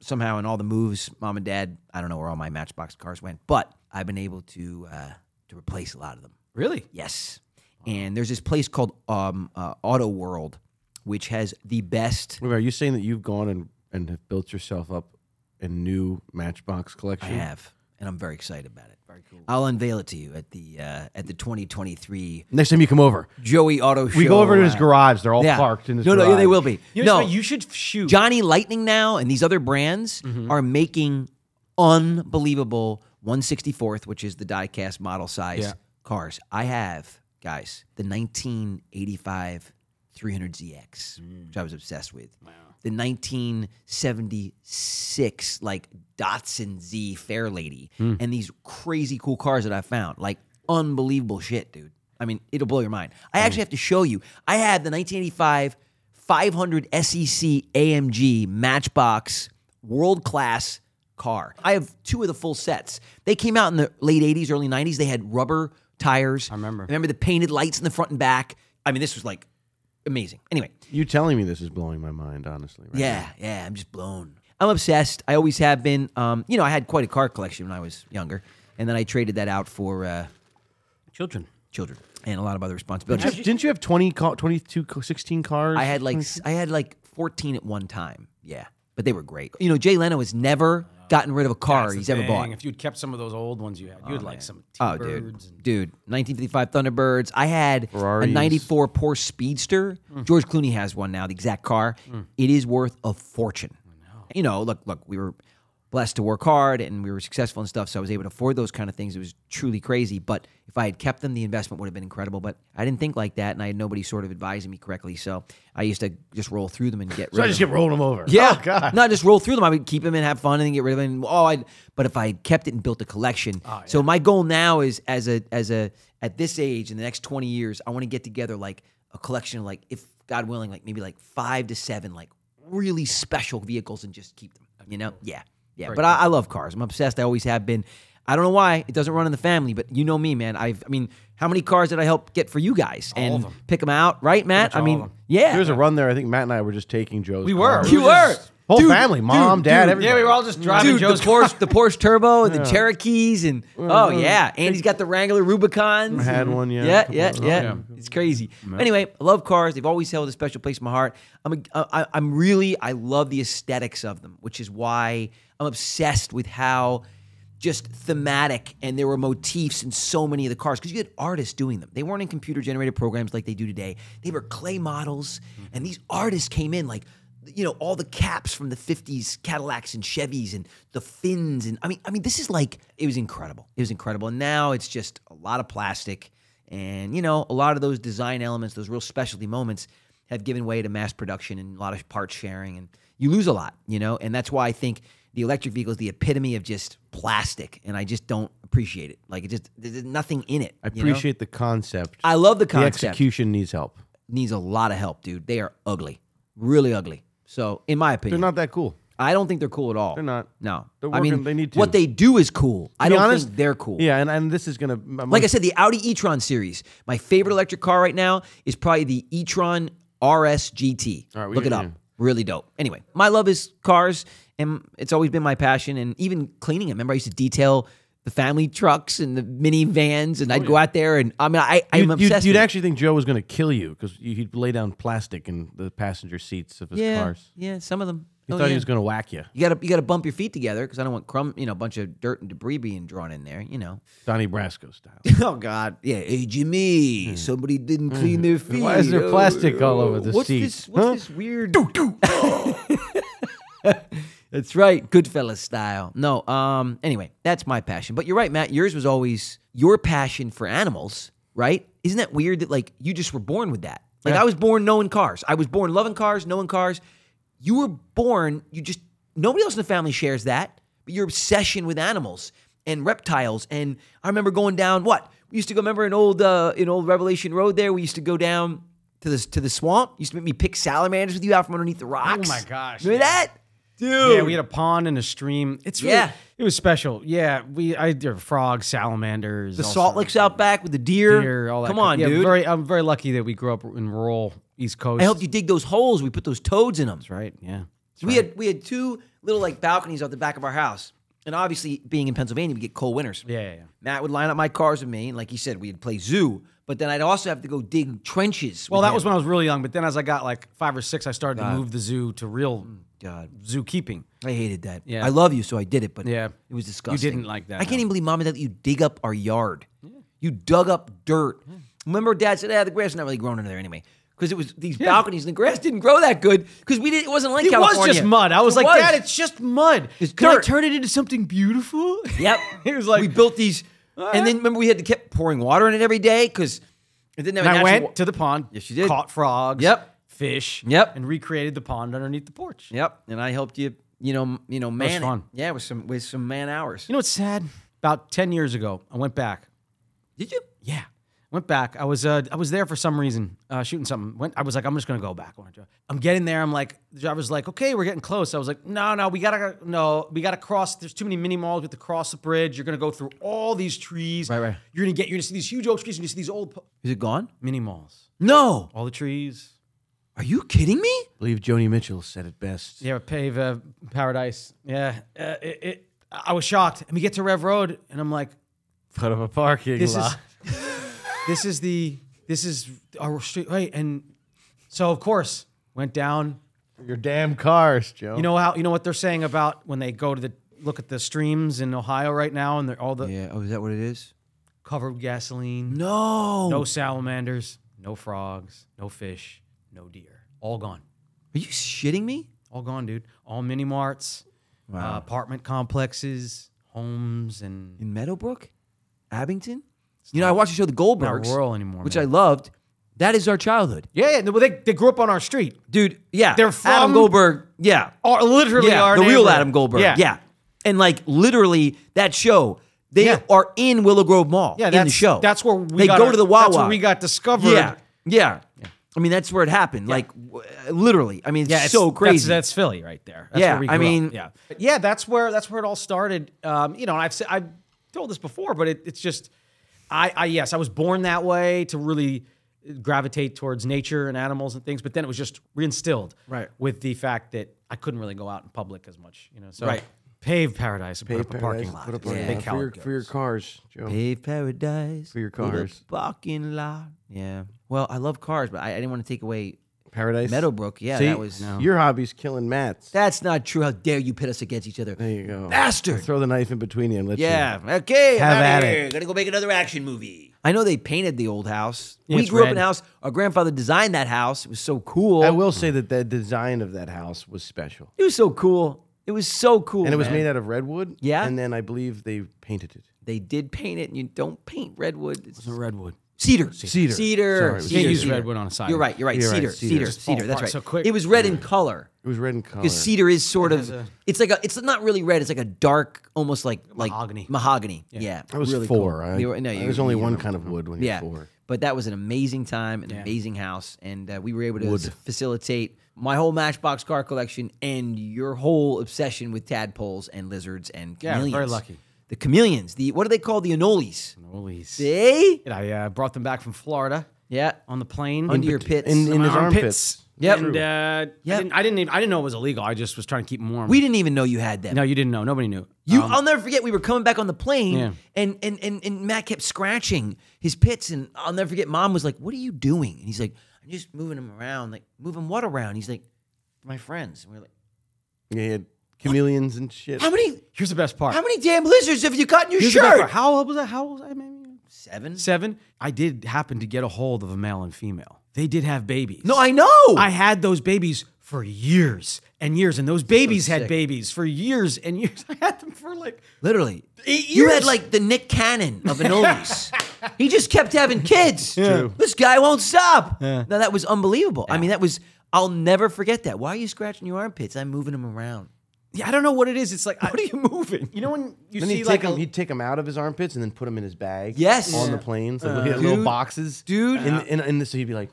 S1: somehow in all the moves. Mom and Dad. I don't know where all my Matchbox cars went, but I've been able to uh, to replace a lot of them.
S2: Really?
S1: Yes. And there's this place called um, uh, Auto World, which has the best.
S3: Wait, are you saying that you've gone and, and have built yourself up a new Matchbox collection?
S1: I have. and I'm very excited about it. Very cool. I'll unveil it to you at the uh, at the 2023
S3: Next time you come over,
S1: Joey Auto Show.
S4: We go over to his
S1: uh,
S4: garage. They're all
S1: yeah.
S4: parked in his
S1: No,
S4: garage.
S1: no, they will be.
S2: You know,
S1: no,
S2: what? you should shoot.
S1: Johnny Lightning now and these other brands are making unbelievable 164th, which is the diecast model size
S2: Yeah.
S1: cars. I have, guys, the 1985 300ZX, which I was obsessed with. The 1976 like Datsun Z Fairlady and these crazy cool cars that I found. Like unbelievable shit, dude. I mean, it'll blow your mind. I actually have to show you. I had the 1985 500 SEC AMG Matchbox world class car. I have two of the full sets. They came out in the late 80s, early 90s. They had rubber tires. I
S2: remember.
S1: Remember the painted lights in the front and back. I mean, this was like amazing. Anyway,
S3: you telling me this is blowing my mind, honestly. Right
S1: yeah, yeah, I'm just blown. I'm obsessed. I always have been. Um, you know, I had quite a car collection when I was younger, and then I traded that out for uh,
S2: children.
S1: children and a lot of other responsibilities.
S3: Didn't you- didn't you have 20, ca- 22, ca- 16 cars?
S1: I had like s- I had like 14 at one time. Yeah, but they were great. You know, Jay Leno has never gotten rid of a car
S2: That's the
S1: he's ever
S2: thing.
S1: bought.
S2: If you'd kept some of those old ones you had, you'd like some
S1: Oh,
S2: T-birds.
S1: dude,
S2: and-
S1: dude, 1955 Thunderbirds. I had a
S3: Ferraris.
S1: 94 Porsche Speedster.
S2: Mm.
S1: George Clooney has one now, the exact car. It is worth a fortune. You know, look, look, we were blessed to work hard and we were successful and stuff, so I was able to afford those kind of things. It was truly crazy. But if I had kept them, the investment would have been incredible. But I didn't think like that, and I had nobody sort of advising me correctly. So I used to just roll through them and get rid
S4: So
S1: of
S4: I just
S1: them.
S4: get rolling them over.
S1: Yeah.
S4: Oh, God.
S1: No, I just roll through them. I would keep them and have fun and then get rid of them. Oh, I. But if I had kept it and built a collection, so my goal now is as a as a at this age in the next twenty years, I want to get together like a collection of like if God willing, like maybe like five to seven like really special vehicles and just keep them. You know? Yeah. Yeah. but I, I love cars. I'm obsessed. I always have been. I don't know why it doesn't run in the family, but you know me, man. I've, I mean, how many cars did I help get for you guys and pick them out, right, Matt? I mean, yeah,
S3: There was a run there. I think Matt and I were just taking Joe's.
S2: We were.
S3: cars.
S1: you were
S3: Whole
S1: Dude,
S3: family, mom, dad, everybody.
S2: Yeah, we were all just driving
S1: Dude,
S2: Joe's
S1: the Porsche, the Porsche Turbo, and the Cherokees, and oh yeah, Andy's got the Wrangler Rubicons.
S3: had
S1: and-
S3: one, yeah, a
S1: yeah,
S3: couple
S1: yeah,
S3: of
S1: yeah.
S3: them.
S1: It's crazy. Anyway, I love cars. They've always held a special place in my heart. I'm, a, uh, I, I'm really, I love the aesthetics of them, which is why I'm obsessed with how just thematic and there were motifs in so many of the cars because you had artists doing them. They weren't in computer generated programs like they do today. They were clay models, and these artists came in like you know all the caps from the 50s Cadillacs and Chevys and the fins and I mean I mean this is like it was incredible. It was incredible. And now it's just a lot of plastic and you know a lot of those design elements, those real specialty moments have given way to mass production and a lot of part sharing and you lose a lot, you know? And that's why I think the electric vehicle is the epitome of just plastic and I just don't appreciate it. Like it just there's nothing in it.
S3: I
S1: you know?
S3: appreciate the concept.
S1: I love the
S3: the
S1: concept
S3: execution needs help.
S1: needs a lot of help, dude. They are ugly, really ugly. So, in my
S3: They're
S1: opinion,
S3: not that cool.
S1: I don't think they're cool at all.
S3: They're not.
S1: No,
S3: They're
S1: I mean,
S3: working- they need to.
S1: What they do is cool. I
S3: be
S1: don't
S3: honest,
S1: think they're cool.
S3: Yeah, and, and this is gonna m-
S1: Like I said, the Audi e-tron series. My favorite electric car right now is probably the e-tron RS GT.
S3: All right, we
S1: Look it
S3: get
S1: up.
S3: you.
S1: Really dope. Anyway, my love is cars, and it's always been my passion. And even cleaning them. Remember, I used to detail the family trucks and the minivans, and I'd go out there and I mean, I I'm
S3: Oh, you'd,
S1: obsessed.
S3: you'd,
S1: with
S3: you'd
S1: it.
S3: actually think Joe was gonna kill you because he'd lay down plastic in the passenger seats of his
S1: yeah,
S3: cars.
S1: yeah, some of them.
S3: He
S1: Oh,
S3: thought
S1: yeah.
S3: he was gonna whack you.
S1: You gotta you gotta bump your feet together because I don't want crumb you know a bunch of dirt and debris being drawn in there. You know.
S3: Donnie Brasco style.
S1: Oh God! Yeah, hey Jimmy, somebody didn't clean their feet.
S4: Hmm. Why is there
S1: Oh,
S4: plastic all over the
S1: what's
S4: seat?
S1: This, what's this weird? that's right, Goodfellas style. No, um. Anyway, that's my passion. But you're right, Matt. Yours was always your passion for animals, right? Isn't that weird that like you just were born with that? Like I was born knowing cars. I was born loving cars, knowing cars. You were born. You just nobody else in the family shares that. But your obsession with animals and reptiles. And I remember going down what we used to go. Remember in old uh, in old Revelation Road there, we used to go down to the to the swamp. You used to make me pick salamanders with you out from underneath the rocks.
S2: Oh my gosh,
S1: remember
S2: yeah.
S1: that, dude?
S2: Yeah, we had a pond and a stream. It's really,
S1: Yeah.
S2: it was special. Yeah, we I there were frogs, salamanders,
S1: the salt licks out back with the deer.
S2: all that.
S1: Come
S2: kind-
S1: on,
S2: yeah,
S1: dude.
S2: Very, I'm very lucky that we grew up in rural East Coast.
S1: I helped you dig those holes. We put those toads in them.
S2: right? Yeah.
S1: we had we had two little like balconies out the back of our house, and obviously being in Pennsylvania, we get cold winters.
S2: Yeah, yeah, yeah.
S1: Matt would line up my cars with me, and like he said, we'd play zoo. but then I'd also have to go dig trenches.
S2: Well,
S1: with
S2: that
S1: him.
S2: was when I was really young, but then as I got like five or six, I started to move the zoo to real
S1: God.
S2: zoo keeping.
S1: I hated that.
S2: Yeah.
S1: I love you, so I did it, but
S2: Yeah.
S1: it was disgusting.
S2: didn't like that,
S1: I can't
S2: no.
S1: even believe mom and dad let you dig up our yard. You dug up dirt. Remember, dad said, "Ah, the grass is not really growing under there anyway." Because it was these balconies and the grass didn't grow that good because we didn't. It wasn't like
S2: It
S1: California.
S2: was just mud. I was
S1: It
S2: like, Dad, it's just mud.
S1: It's
S2: Can I
S1: dirt.
S2: turn it into something beautiful?
S1: Yep.
S2: it was like
S1: we built these, and then remember we had to keep pouring water in it every day because it didn't have.
S2: And
S1: a
S2: I
S1: natural
S2: went
S1: wa-
S2: to the pond.
S1: Yes, you did.
S2: Caught frogs.
S1: Yep.
S2: Fish.
S1: Yep.
S2: And recreated the pond underneath the porch.
S1: Yep, and I helped you. You know, m- you know, man. it.
S2: fun.
S1: Yeah, with some with some man hours.
S2: You know what's sad? About ten years ago, I went back.
S1: Did you?
S2: Yeah, went back. I was uh, I was there for some reason uh, shooting something. Went. I was like, I'm just gonna go back. I wanna drive. I'm getting there. I'm like, the driver's like, okay, we're getting close. I was like, no, no, we gotta no, we gotta cross. There's too many mini malls. We have to cross the bridge. You're gonna go through all these trees.
S1: Right, right.
S2: You're gonna get. You're gonna see these huge oak trees and you see these old po-
S1: Is it gone?
S2: mini malls.
S1: No.
S2: All the trees.
S1: Are you kidding me?
S3: I believe Joni Mitchell said it best.
S2: Yeah, pave uh, paradise. Yeah, uh, it, it, I was shocked. And we get to Rev Road, and I'm like,
S3: Put up a parking
S2: this is this is the this is our street right and so of course went down
S3: Your damn cars, Joe.
S2: you know how you know what they're saying about when they go to the look at the streams in ohio right now and they're all the
S1: Yeah. Oh, is that what it is?
S2: covered with gasoline
S1: No.
S2: no salamanders no frogs no fish no deer all gone
S1: Are you shitting me?
S2: all gone dude all mini marts uh, apartment complexes homes and
S1: In Meadowbrook? Abington? you know, I watched the show The Goldbergs.
S2: not rural anymore
S1: Which
S2: man.
S1: I loved. That is our childhood.
S2: yeah, yeah well, they, they grew up on our street
S1: Dude, yeah.
S2: They're
S1: Adam
S2: from-
S1: Goldberg. Yeah.
S2: Are literally
S1: yeah,
S2: our
S1: the real
S2: neighborhood.
S1: Adam Goldberg. Yeah. And like literally that show, they
S2: Yeah.
S1: are in Willow Grove Mall.
S2: Yeah,
S1: in
S2: that's
S1: the show.
S2: That's where we
S1: they
S2: got
S1: go
S2: our-
S1: to the Wawa.
S2: That's where we got discovered.
S1: Yeah. Yeah. I mean, that's where it happened. Like w- literally. I mean, it's
S2: Yeah, it's-
S1: so crazy.
S2: That's, that's Philly right there. That's
S1: Yeah,
S2: where we
S1: I
S2: grew up.
S1: mean-
S2: yeah, But yeah. That's where that's where it all started. Um, you know, and I've said- I've told this before, but it, it's just I, I yes, I was born that way to really gravitate towards nature and animals and things, but then it was just reinstilled
S1: Right.
S2: with the fact that I couldn't really go out in public as much. You know, so
S1: Right.
S2: pave paradise, and put up a parking lot.
S3: Put up a
S2: is
S3: parking
S2: big
S3: lot
S2: how
S3: for,
S2: it
S3: your,
S2: goes.
S3: for your cars, Joe.
S1: Pave paradise for
S3: your cars.
S1: Parking lot. Yeah. Well, I love cars, but I, I didn't want to take away
S3: Paradise.
S1: Meadowbrook. Yeah,
S3: See,
S1: that was.
S3: your hobby's killing Matt's.
S1: That's not true. How dare you pit us against each other?
S3: there you go.
S1: Bastard.
S3: Throw the knife in between you and let you.
S1: Yeah. Okay.
S3: Have
S1: I'm
S3: at
S1: outta
S3: it.
S1: here. Gonna go make another action movie. I know they painted the old house.
S2: Yeah,
S1: we
S2: it's
S1: grew up in
S2: red.
S1: a house. Our grandfather designed that house. It was so cool.
S3: I will say that the design of that house was special.
S1: It was so cool. It was so cool.
S3: And it was
S1: man.
S3: made out of redwood.
S1: Yeah.
S3: And then I believe they painted it.
S1: They did paint it, and you don't paint redwood. It's
S2: redwood.
S1: cedar.
S3: Cedar. Sorry, it
S1: Cedar.
S3: was
S1: Cedar.
S3: cedar.
S2: use
S1: cedar.
S2: redwood on a siding.
S1: You're right. You're right.
S3: You're right,
S1: Cedar.
S3: cedar.
S1: Cedar.
S3: Just
S2: fall
S1: Cedar. That's
S2: apart
S1: right.
S2: so quick.
S1: It was red in color.
S3: It was red in color.
S1: because cedar is sort of it's like a it's not really red it's like a dark almost like like
S2: Mahogany.
S1: mahogany yeah,
S3: I was
S1: really cool.
S3: four. I,
S1: You were- no, you-
S3: there's only
S1: you
S3: one
S1: remember.
S3: kind of wood when
S1: yeah
S3: you're four.
S1: but that was an amazing time an amazing house and uh, we were able to
S3: Wood.
S1: s- facilitate my whole matchbox car collection and your whole obsession with tadpoles and lizards and
S2: Yeah, very
S1: chameleons
S2: lucky.
S1: the chameleons the what do they call the anoles
S2: Holy shit.
S1: they
S2: I uh, brought them back from Florida
S1: yeah
S2: on the plane.
S1: under your pits
S3: in- in-
S2: my
S3: his armpits.
S1: Yep.
S2: And, uh,
S1: Yep.
S2: I, didn't, I didn't even I didn't know it was illegal. I just was trying to keep 'em warm.
S1: we didn't even know you had them
S2: no, you didn't know. Nobody knew.
S1: You,
S2: Um,
S1: I'll never forget. We were coming back on the plane,
S2: Yeah.
S1: and, and and and Matt kept scratching his pits, and I'll never forget. Mom was like, "What are you doing?" And he's like, "I'm just moving them around, like moving what around?" He's like, "My friends." And we're like,
S3: Yeah, he had chameleons and shit.
S1: "How many,
S2: here's the best part.
S1: how many damn lizards have you got in your
S2: Here's the best part.
S1: shirt?"
S2: How old was I? How old was I? Maybe
S1: Seven.
S2: seven. I did happen to get a hold of a male and female. They did have babies.
S1: No, I know.
S2: I had those babies for years and years, and those babies had
S1: sick.
S2: babies for years and years. I had them for like
S1: literally.
S2: eight years.
S1: You had like the Nick Cannon of Anolis. he just kept having kids.
S2: True.
S1: This guy won't stop. Now that was unbelievable. I mean, that was. I'll never forget that. Why are you scratching your armpits? I'm moving them around.
S2: yeah, I don't know what it is. It's like what are you moving? You know when you
S3: Then
S2: see
S3: he'd,
S2: like
S3: take
S2: a,
S3: him, he'd take him out of his armpits and then put him in his bag.
S1: Yes.
S3: On the
S1: Yeah. Uh,
S3: plane. So he had little boxes.
S1: dude. Uh-huh.
S3: And, and, and so he'd be like,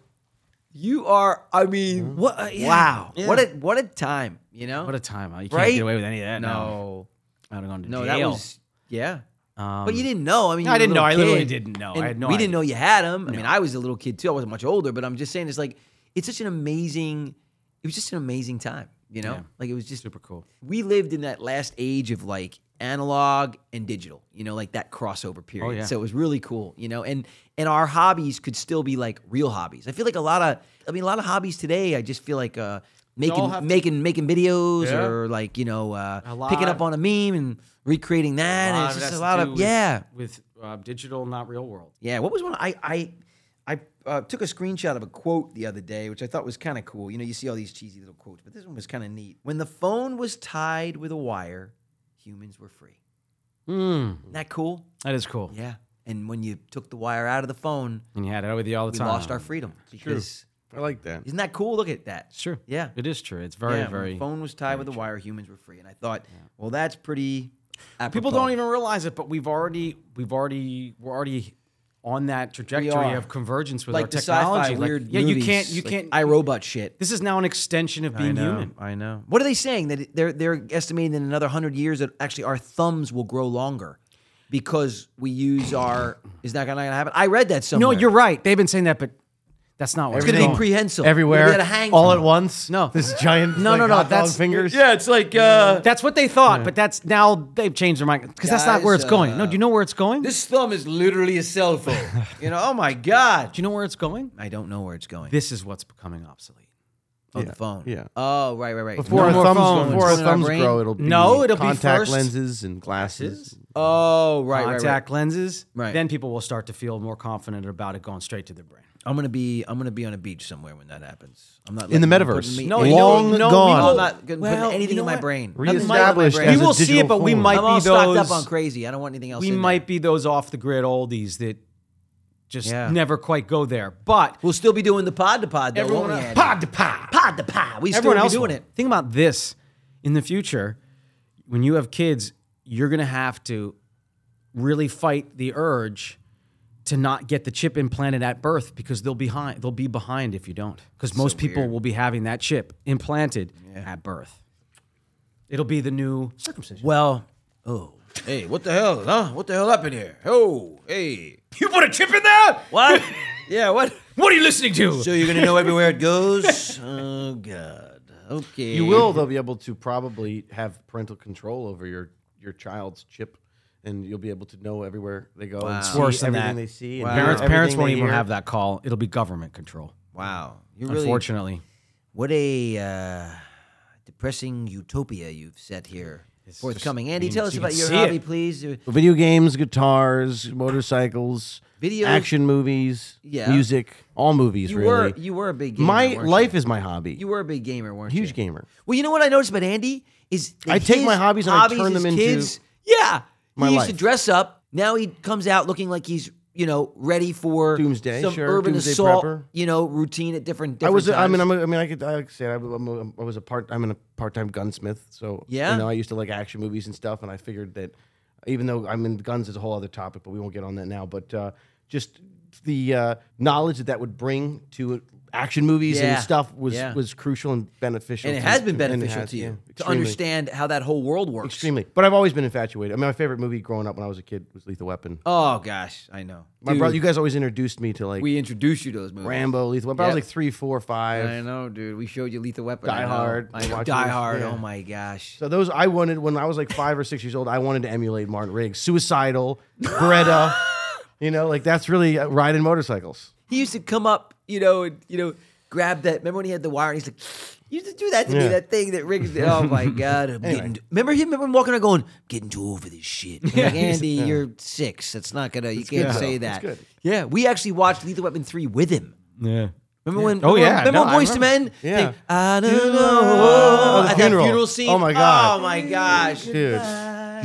S1: You are, I mean,
S2: What- uh, yeah.
S1: Mm-hmm. wow,
S2: Yeah.
S1: what a what a time, you know?
S2: What a time! huh? You can't
S1: Right?
S2: get away with any of that. now.
S1: no,
S2: I would have gone to
S1: no,
S2: jail. Um,
S1: that was yeah. but you didn't know. I mean, you
S2: I
S1: were a
S2: didn't know.
S1: little
S2: I literally
S1: kid,
S2: didn't know. I
S1: and
S2: had no
S1: We
S2: idea.
S1: didn't know you had them. I mean, I was a little kid too. I wasn't much older, but I'm just saying, it's like it's such an amazing. It was just an amazing time, you know. Like it was just
S2: super cool.
S1: we lived in that last age of like analog and digital, you know, like that crossover period.
S2: Oh, yeah.
S1: So it was really cool, you know, and and our hobbies could still be like real hobbies. I feel like a lot of I mean a lot of hobbies today I just feel like uh
S2: all
S1: making
S2: have to-
S1: making making videos
S5: Yeah.
S1: or like, you know, uh
S2: lot-
S1: picking up on a meme and recreating that. and it's
S2: of
S1: just
S2: that's
S1: a lot
S2: to
S1: of
S2: do with-
S1: yeah.
S2: with uh, digital, not real world.
S1: Yeah, what was one? I I I uh, took a screenshot of a quote the other day, which I thought was kind of cool. You know, you see all these cheesy little quotes, but this one was kind of neat. When the phone was tied with a wire, humans were free. Isn't that cool?
S2: Hmm, That is cool.
S1: Yeah. And when you took the wire out of the phone,
S2: And you had it with you all the
S1: we
S2: time.
S1: lost our freedom. Because
S5: I like that.
S1: isn't that cool? Look at that.
S2: It's true.
S1: Yeah.
S2: It is true. It's very,
S1: yeah, when
S2: very.
S1: the phone was tied with a wire, humans were free. And I thought, well, that's pretty.
S2: People
S1: apropos.
S2: don't even realize it, but we've already, we've already, we're already on that trajectory
S1: are.
S2: of convergence with
S1: like
S2: our
S1: the
S2: technology.
S1: sci-fi
S2: Like,
S1: weird.
S2: yeah, you
S1: movies,
S2: can't, you
S1: like
S2: can't.
S1: iRobot shit.
S2: this is now an extension of
S5: I
S2: being
S5: know.
S2: human.
S5: I know.
S1: What are they saying? That it- they're they're estimating that in another hundred years that actually our thumbs will grow longer because we use our. Is that gonna happen? I read that somewhere.
S2: No, you're right. They've been saying that, but that's not what's
S1: It's gonna be
S2: going on.
S1: prehensile
S3: everywhere,
S1: We gotta hang
S3: all
S1: from
S3: at
S1: it.
S3: once.
S2: No.
S3: this giant.
S2: No,
S3: like,
S2: no, no,
S3: hot dog
S2: that's-
S3: fingers.
S5: Yeah, it's like uh,
S2: That's what they thought, but that's now they've changed their mind because that's not where it's
S1: Guys,
S2: going.
S1: uh,
S2: No, do you know where it's going?
S1: This thumb is literally a cell phone. you know? Oh my god.
S2: do you know where it's going?
S1: I don't know where it's going.
S2: This is what's becoming obsolete.
S1: on the phone.
S5: yeah.
S1: Oh right, right, right.
S3: Before
S2: No
S3: our
S2: more
S3: thumbs,
S2: phones.
S3: before our
S1: Phones in our
S3: thumbs
S1: brain?
S3: grow, it'll be
S2: No, it'll be
S3: contact
S2: first-
S3: lenses and glasses.
S1: oh right, right, right.
S2: Contact lenses.
S1: Right.
S2: Then people will start to feel more confident about it going straight to their brain.
S1: I'm gonna be I'm gonna be on a beach somewhere when that happens. I'm not
S3: In the
S1: letting them
S3: metaverse.
S1: put me-
S3: No,
S1: any-
S3: you know- Long
S2: no,
S3: gone.
S2: We
S1: I'm
S2: will,
S1: not gonna
S2: Well,
S1: put anything
S2: you know
S1: in my
S2: what?
S1: brain. Nothing's going in my
S3: Reestablished.
S1: brain.
S3: as
S2: We
S3: a
S2: will see it,
S3: digital
S2: but we
S3: form.
S2: might-
S1: I'm all
S2: be
S1: stocked up
S2: those-
S1: on crazy. I don't want anything else.
S2: We
S1: in
S2: might
S1: There.
S2: be those off the grid oldies that just
S1: Yeah.
S2: never quite go there. But
S1: We'll still be doing the pod to pod though,
S2: everyone
S1: won't we,
S2: else,
S1: Andy?
S2: pod to pod.
S1: pod to pod. We still
S2: everyone
S1: be
S2: else
S1: doing
S2: will.
S1: it.
S2: Think about this: in the future, when you have kids, you're gonna have to really fight the urge to not get the chip implanted at birth because they'll be behind. They'll be behind if you don't, because most people will be having that chip implanted at birth. It'll be the new circumcision.
S1: Well, oh, hey, what the hell, huh? What the hell up in here? Oh, hey,
S2: You put a chip in there?
S1: what? yeah, what?
S2: What are you listening to?
S1: So you're gonna know everywhere it goes? oh God. Okay.
S3: You will. They'll be able to probably have parental control over your your child's chip, and you'll be able to know everywhere they go. And
S1: It's
S3: see
S2: worse than
S3: everything
S2: that.
S3: they see. and
S1: Wow.
S3: hear
S2: Parents, parents
S3: everything
S2: won't
S3: they
S2: even
S3: hear.
S2: have that call. It'll be government control.
S1: Wow. You're really.
S2: Unfortunately,
S1: What a uh, depressing utopia you've set here. forthcoming. Andy, tell us
S2: you
S1: about
S2: can
S1: your
S2: see it.
S1: hobby, please. Your-
S3: Video games, guitars, motorcycles,
S1: Videos-
S3: action movies,
S1: Yeah.
S3: music, all movies.
S1: You
S3: really,
S1: were you were a big gamer.
S3: my
S1: weren't
S3: life
S1: you?
S3: is my hobby.
S1: You were a big gamer, weren't you?
S3: Huge gamer.
S1: Well, you know what I noticed about Andy is that
S3: I take
S1: his
S3: my hobbies and I turn
S1: as
S3: them into
S1: kids, yeah.
S3: my
S1: he used to
S3: life.
S1: dress up. Now he comes out looking like he's you know ready for
S3: Doomsday,
S1: some
S3: sure,
S1: urban
S3: doomsday
S1: assault
S3: prepper.
S1: you know routine at different.
S3: I
S1: different
S3: was.
S1: Times.
S3: A, I mean, I'm a, I mean, I could. I could say it. I'm a- I'm a, I was a part. I'm in a part-time gunsmith. So
S1: Yeah.
S3: you know, I used to like action movies and stuff, and I figured that even though I'm in guns is a whole other topic, but we won't get on that now. But uh, just the uh, knowledge that that would bring to action movies
S1: Yeah.
S3: and stuff was
S1: Yeah.
S3: was crucial and beneficial.
S1: and it
S3: to-
S1: has been
S3: and it
S1: beneficial
S3: has,
S1: to you
S3: yeah,
S1: to
S3: extremely.
S1: understand how that whole world works.
S3: Extremely, but I've always been infatuated. I mean, my favorite movie growing up when I was a kid was Lethal Weapon.
S1: Oh gosh, I know.
S3: my
S1: Dude,
S3: brother, you guys always introduced me to like
S1: we introduced you to those movies.
S3: Rambo, Lethal Weapon. I
S1: Yeah.
S3: was like three, four, five.
S1: I know, dude. We showed you Lethal Weapon.
S3: Die
S1: I know.
S3: Hard.
S1: I know.
S3: Watch
S1: Die
S3: this.
S1: Hard.
S3: Yeah.
S1: Oh my gosh.
S3: So those I wanted when I was like five or six years old. I wanted to emulate Martin Riggs, suicidal, Beretta. you know, like that's really uh, riding motorcycles.
S1: He used to come up, you know, and you know, grab that. Remember when he had the wire? and He's like, "You used to do that to me,
S3: Yeah.
S1: that thing that rigs." Oh my god! I'm getting, remember him? Remember him walking around going, "Getting too old for this shit." I'm like, Andy, you're six. That's not gonna. You can't
S3: good,
S1: say
S3: though. It's
S1: that.
S3: good.
S1: Yeah, we actually watched Lethal Weapon three with him.
S2: yeah.
S1: Remember when?
S2: Oh,
S1: remember
S2: yeah,
S1: When, remember
S2: no,
S1: when
S2: I
S1: Boys to Men?
S3: Yeah.
S1: They, I don't know.
S3: Oh, the
S1: At
S3: funeral.
S1: that funeral scene.
S3: Oh, my God.
S1: Oh my gosh.
S3: Dude,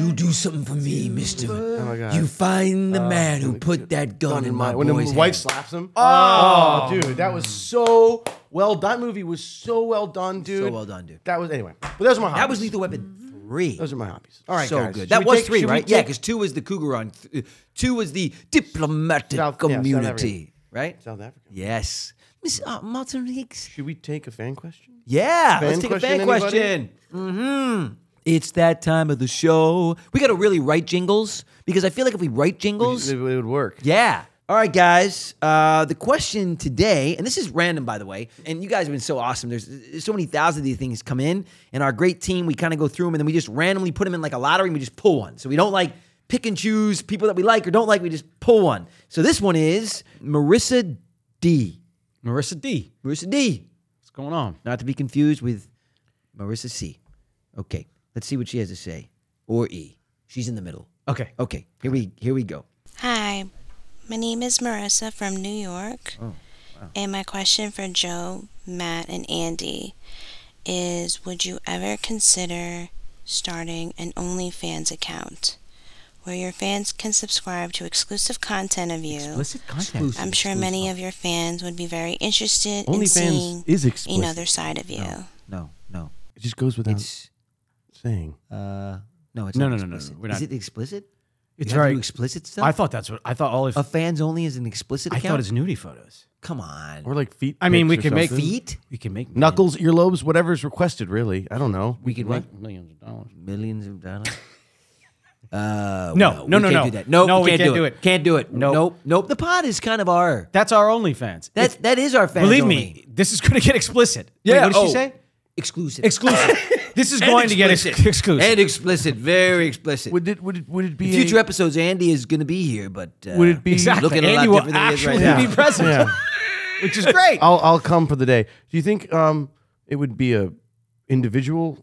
S1: You do something for me, Mister. Oh
S3: my God. Uh,
S1: You find the man who put that gun in my
S3: when the
S1: boy's
S3: wife
S1: hand.
S3: slaps him. Oh, dude, that was so well done. That movie was so well done, dude.
S1: So well done, dude.
S3: That was anyway. But those are my hobbies.
S1: That was Lethal Weapon three.
S3: Those are my hobbies. All right,
S1: so
S3: guys.
S1: good.
S3: Should
S1: That
S3: we
S1: was
S3: take-
S1: three,
S3: should we
S1: right? yeah,
S3: take-
S1: because two was the cougar on, th- two was the diplomatic
S3: South- yeah, South
S1: community, right?
S3: South Africa.
S1: Yes, Miss uh, Martin Hicks.
S3: Should we take a fan question?
S1: Yeah, let's
S3: Fan
S1: take a
S3: question,
S1: fan
S3: anybody?
S1: question. Mm-hmm. It's that time of the show. We got to really write jingles because I feel like if we write
S3: It
S1: jingles,
S3: it would work.
S1: yeah. All right, guys. Uh, the question today, and this is random, by the way, and you guys have been so awesome. There's, there's so many thousands of these things come in, and our great team, we kind of go through them, and then we just randomly put them in like a lottery, and we just pull one. So we don't like pick and choose people that we like or don't like. We just pull one. So this one is Marissa D.
S2: Marissa D.
S1: Marissa D.
S2: What's going on?
S1: Not to be confused with Marissa C. Okay, let's see what she has to say. Or E. She's in the middle.
S2: Okay.
S1: Okay, here we here we go.
S6: Hi, my name is Marissa from New York.
S3: Oh,
S6: And my question for Joe, Matt, and Andy is Would you ever consider starting an OnlyFans account where your fans can subscribe to exclusive content of you?
S2: Explicit content.
S6: I'm sure many of your fans would be very interested in
S3: OnlyFans
S6: seeing
S3: is explicit.
S6: another side of you.
S1: No, no,
S3: It just goes without
S1: it's
S3: saying.
S1: Uh, no, it's
S2: No,
S1: not
S2: no, no, no,
S1: explicit.
S2: no, we're not-
S1: Is it explicit?
S2: It's
S1: you have to
S2: very-
S1: do explicit stuff.
S2: I thought that's what I thought. All if
S1: a fans only is an explicit
S2: I
S1: account.
S2: thought it's nudie photos.
S1: Come on,
S3: Or like feet.
S2: I mean, we
S3: pics or
S2: could make
S3: something.
S1: feet,
S2: We can make
S3: knuckles, earlobes, whatever's requested. Really, I don't know.
S1: we could make
S2: millions- millions of dollars.
S1: millions of dollars. Uh,
S2: No,
S1: we
S2: no, no,
S1: can't
S2: no.
S1: do that. Nope,
S2: No, we
S1: can't,
S2: can't
S1: do
S2: do
S1: it.
S2: it.
S1: Can't do it.
S2: Nope.
S1: nope, nope. The pod is kind of our
S2: That's our OnlyFans.
S1: that's that is our fans.
S2: Believe
S1: only.
S2: me, this is going to get explicit. Wait,
S1: Yeah,
S2: what did
S1: oh.
S2: she say?
S1: exclusive,
S2: Exclusive. this is
S1: And
S2: going to get ex-
S1: explicit.
S2: exclusive.
S1: and explicit, very explicit.
S3: Would it? Would it? Would it be?
S1: Future
S3: a,
S1: episodes, Andy is going to be here, but uh,
S3: Would it be-
S2: exactly.
S1: looking a lot
S2: Andy will
S1: different than he is right
S2: actually
S1: now.
S2: be present,
S3: yeah.
S2: which is great.
S3: I'll I'll come for the day. Do you think um it would be a individual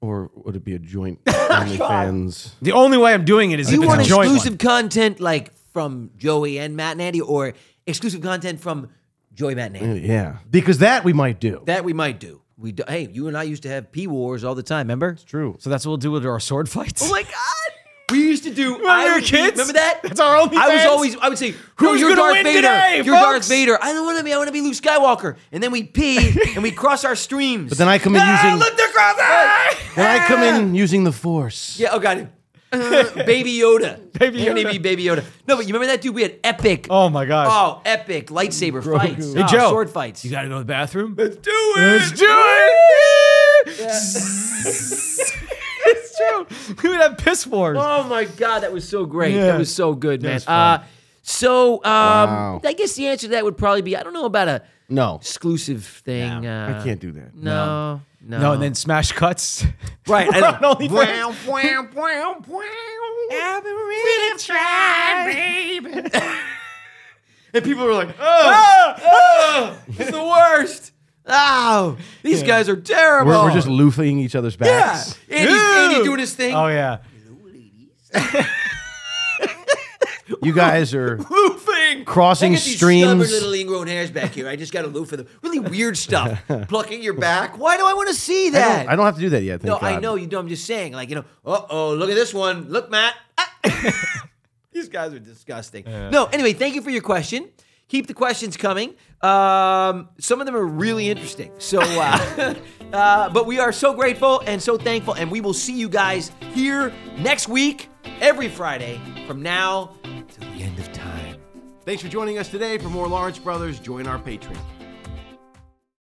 S3: or would it be a joint OnlyFans?
S2: The only way I'm doing it is
S1: Do you
S2: if it's
S1: want
S2: a joint
S1: exclusive
S2: one.
S1: content like from Joey and Matt and Andy, or exclusive content from Joey, Matt, and
S2: Mm.
S1: Andy?
S3: Yeah, because that we might do.
S1: That we might do. We do, hey, you and I used to have pee wars all the time. Remember?
S3: True.
S2: So that's what we'll do with our sword fights.
S1: Oh my god, we used to do. Remember
S2: we were kids?
S1: Remember that?
S2: That's our only
S1: I was
S2: fans.
S1: always. I would say, no,
S2: Who's
S1: you're
S2: gonna
S1: Darth
S2: win
S1: Vader.
S2: today,
S1: you're Darth
S2: folks?"
S1: Vader. I don't want to be. I want to be Luke Skywalker. And then we pee and we cross our streams. Ah,
S3: But then I come in using.
S2: across
S3: then I come in using the force.
S1: Yeah, oh god. Uh, Baby Yoda.
S2: Baby
S1: Your name
S2: Yoda.
S1: be Baby Yoda. No, but you remember that dude? We had epic.
S2: Oh my gosh.
S1: Oh, epic lightsaber fights.
S2: Hey
S1: Oh,
S2: Joe,
S1: sword fights.
S2: You got to go to the bathroom. Let's do
S1: it.
S2: Let's do it. it's true. We would have piss wars.
S1: Oh my god, that was so great.
S2: Yeah.
S1: That was so good, man.
S2: was fun.
S1: Uh, so um,
S3: Wow.
S1: I guess the answer to that would probably be I don't know about a
S3: No,
S1: exclusive thing. uh,
S3: I can't do that.
S1: No, no,
S2: No, and then smash cuts.
S1: right. I
S2: We're
S1: know.
S2: on OnlyFans.
S1: and people were like, "Oh, it's the worst." Oh, these guys are terrible.
S3: We're, we're just loofing each other's
S1: yeah.
S3: backs.
S1: Andy's, Andy doing his thing.
S2: Oh yeah.
S3: You guys are
S1: loofing,
S3: Crossing
S1: I got these stubborn
S3: streams.
S1: little ingrown hairs back here. I just got a loof for them. Really weird stuff. Plucking your back. Why do I want to see
S3: I
S1: that?
S3: don't, I don't have to do that yet.
S1: no,
S3: Thank
S1: I
S3: God.
S1: know you do. I'm just saying, like you know. Uh oh, look at this one. Look, Matt. Ah. these guys are disgusting. No, anyway, thank you for your question. Keep the questions coming. Um, some of them are really interesting. So, uh, uh, but we are so grateful and so thankful, and we will see you guys here next week, every Friday from now till the end of time.
S4: Thanks for joining us today. For more Lawrence Brothers, join our Patreon.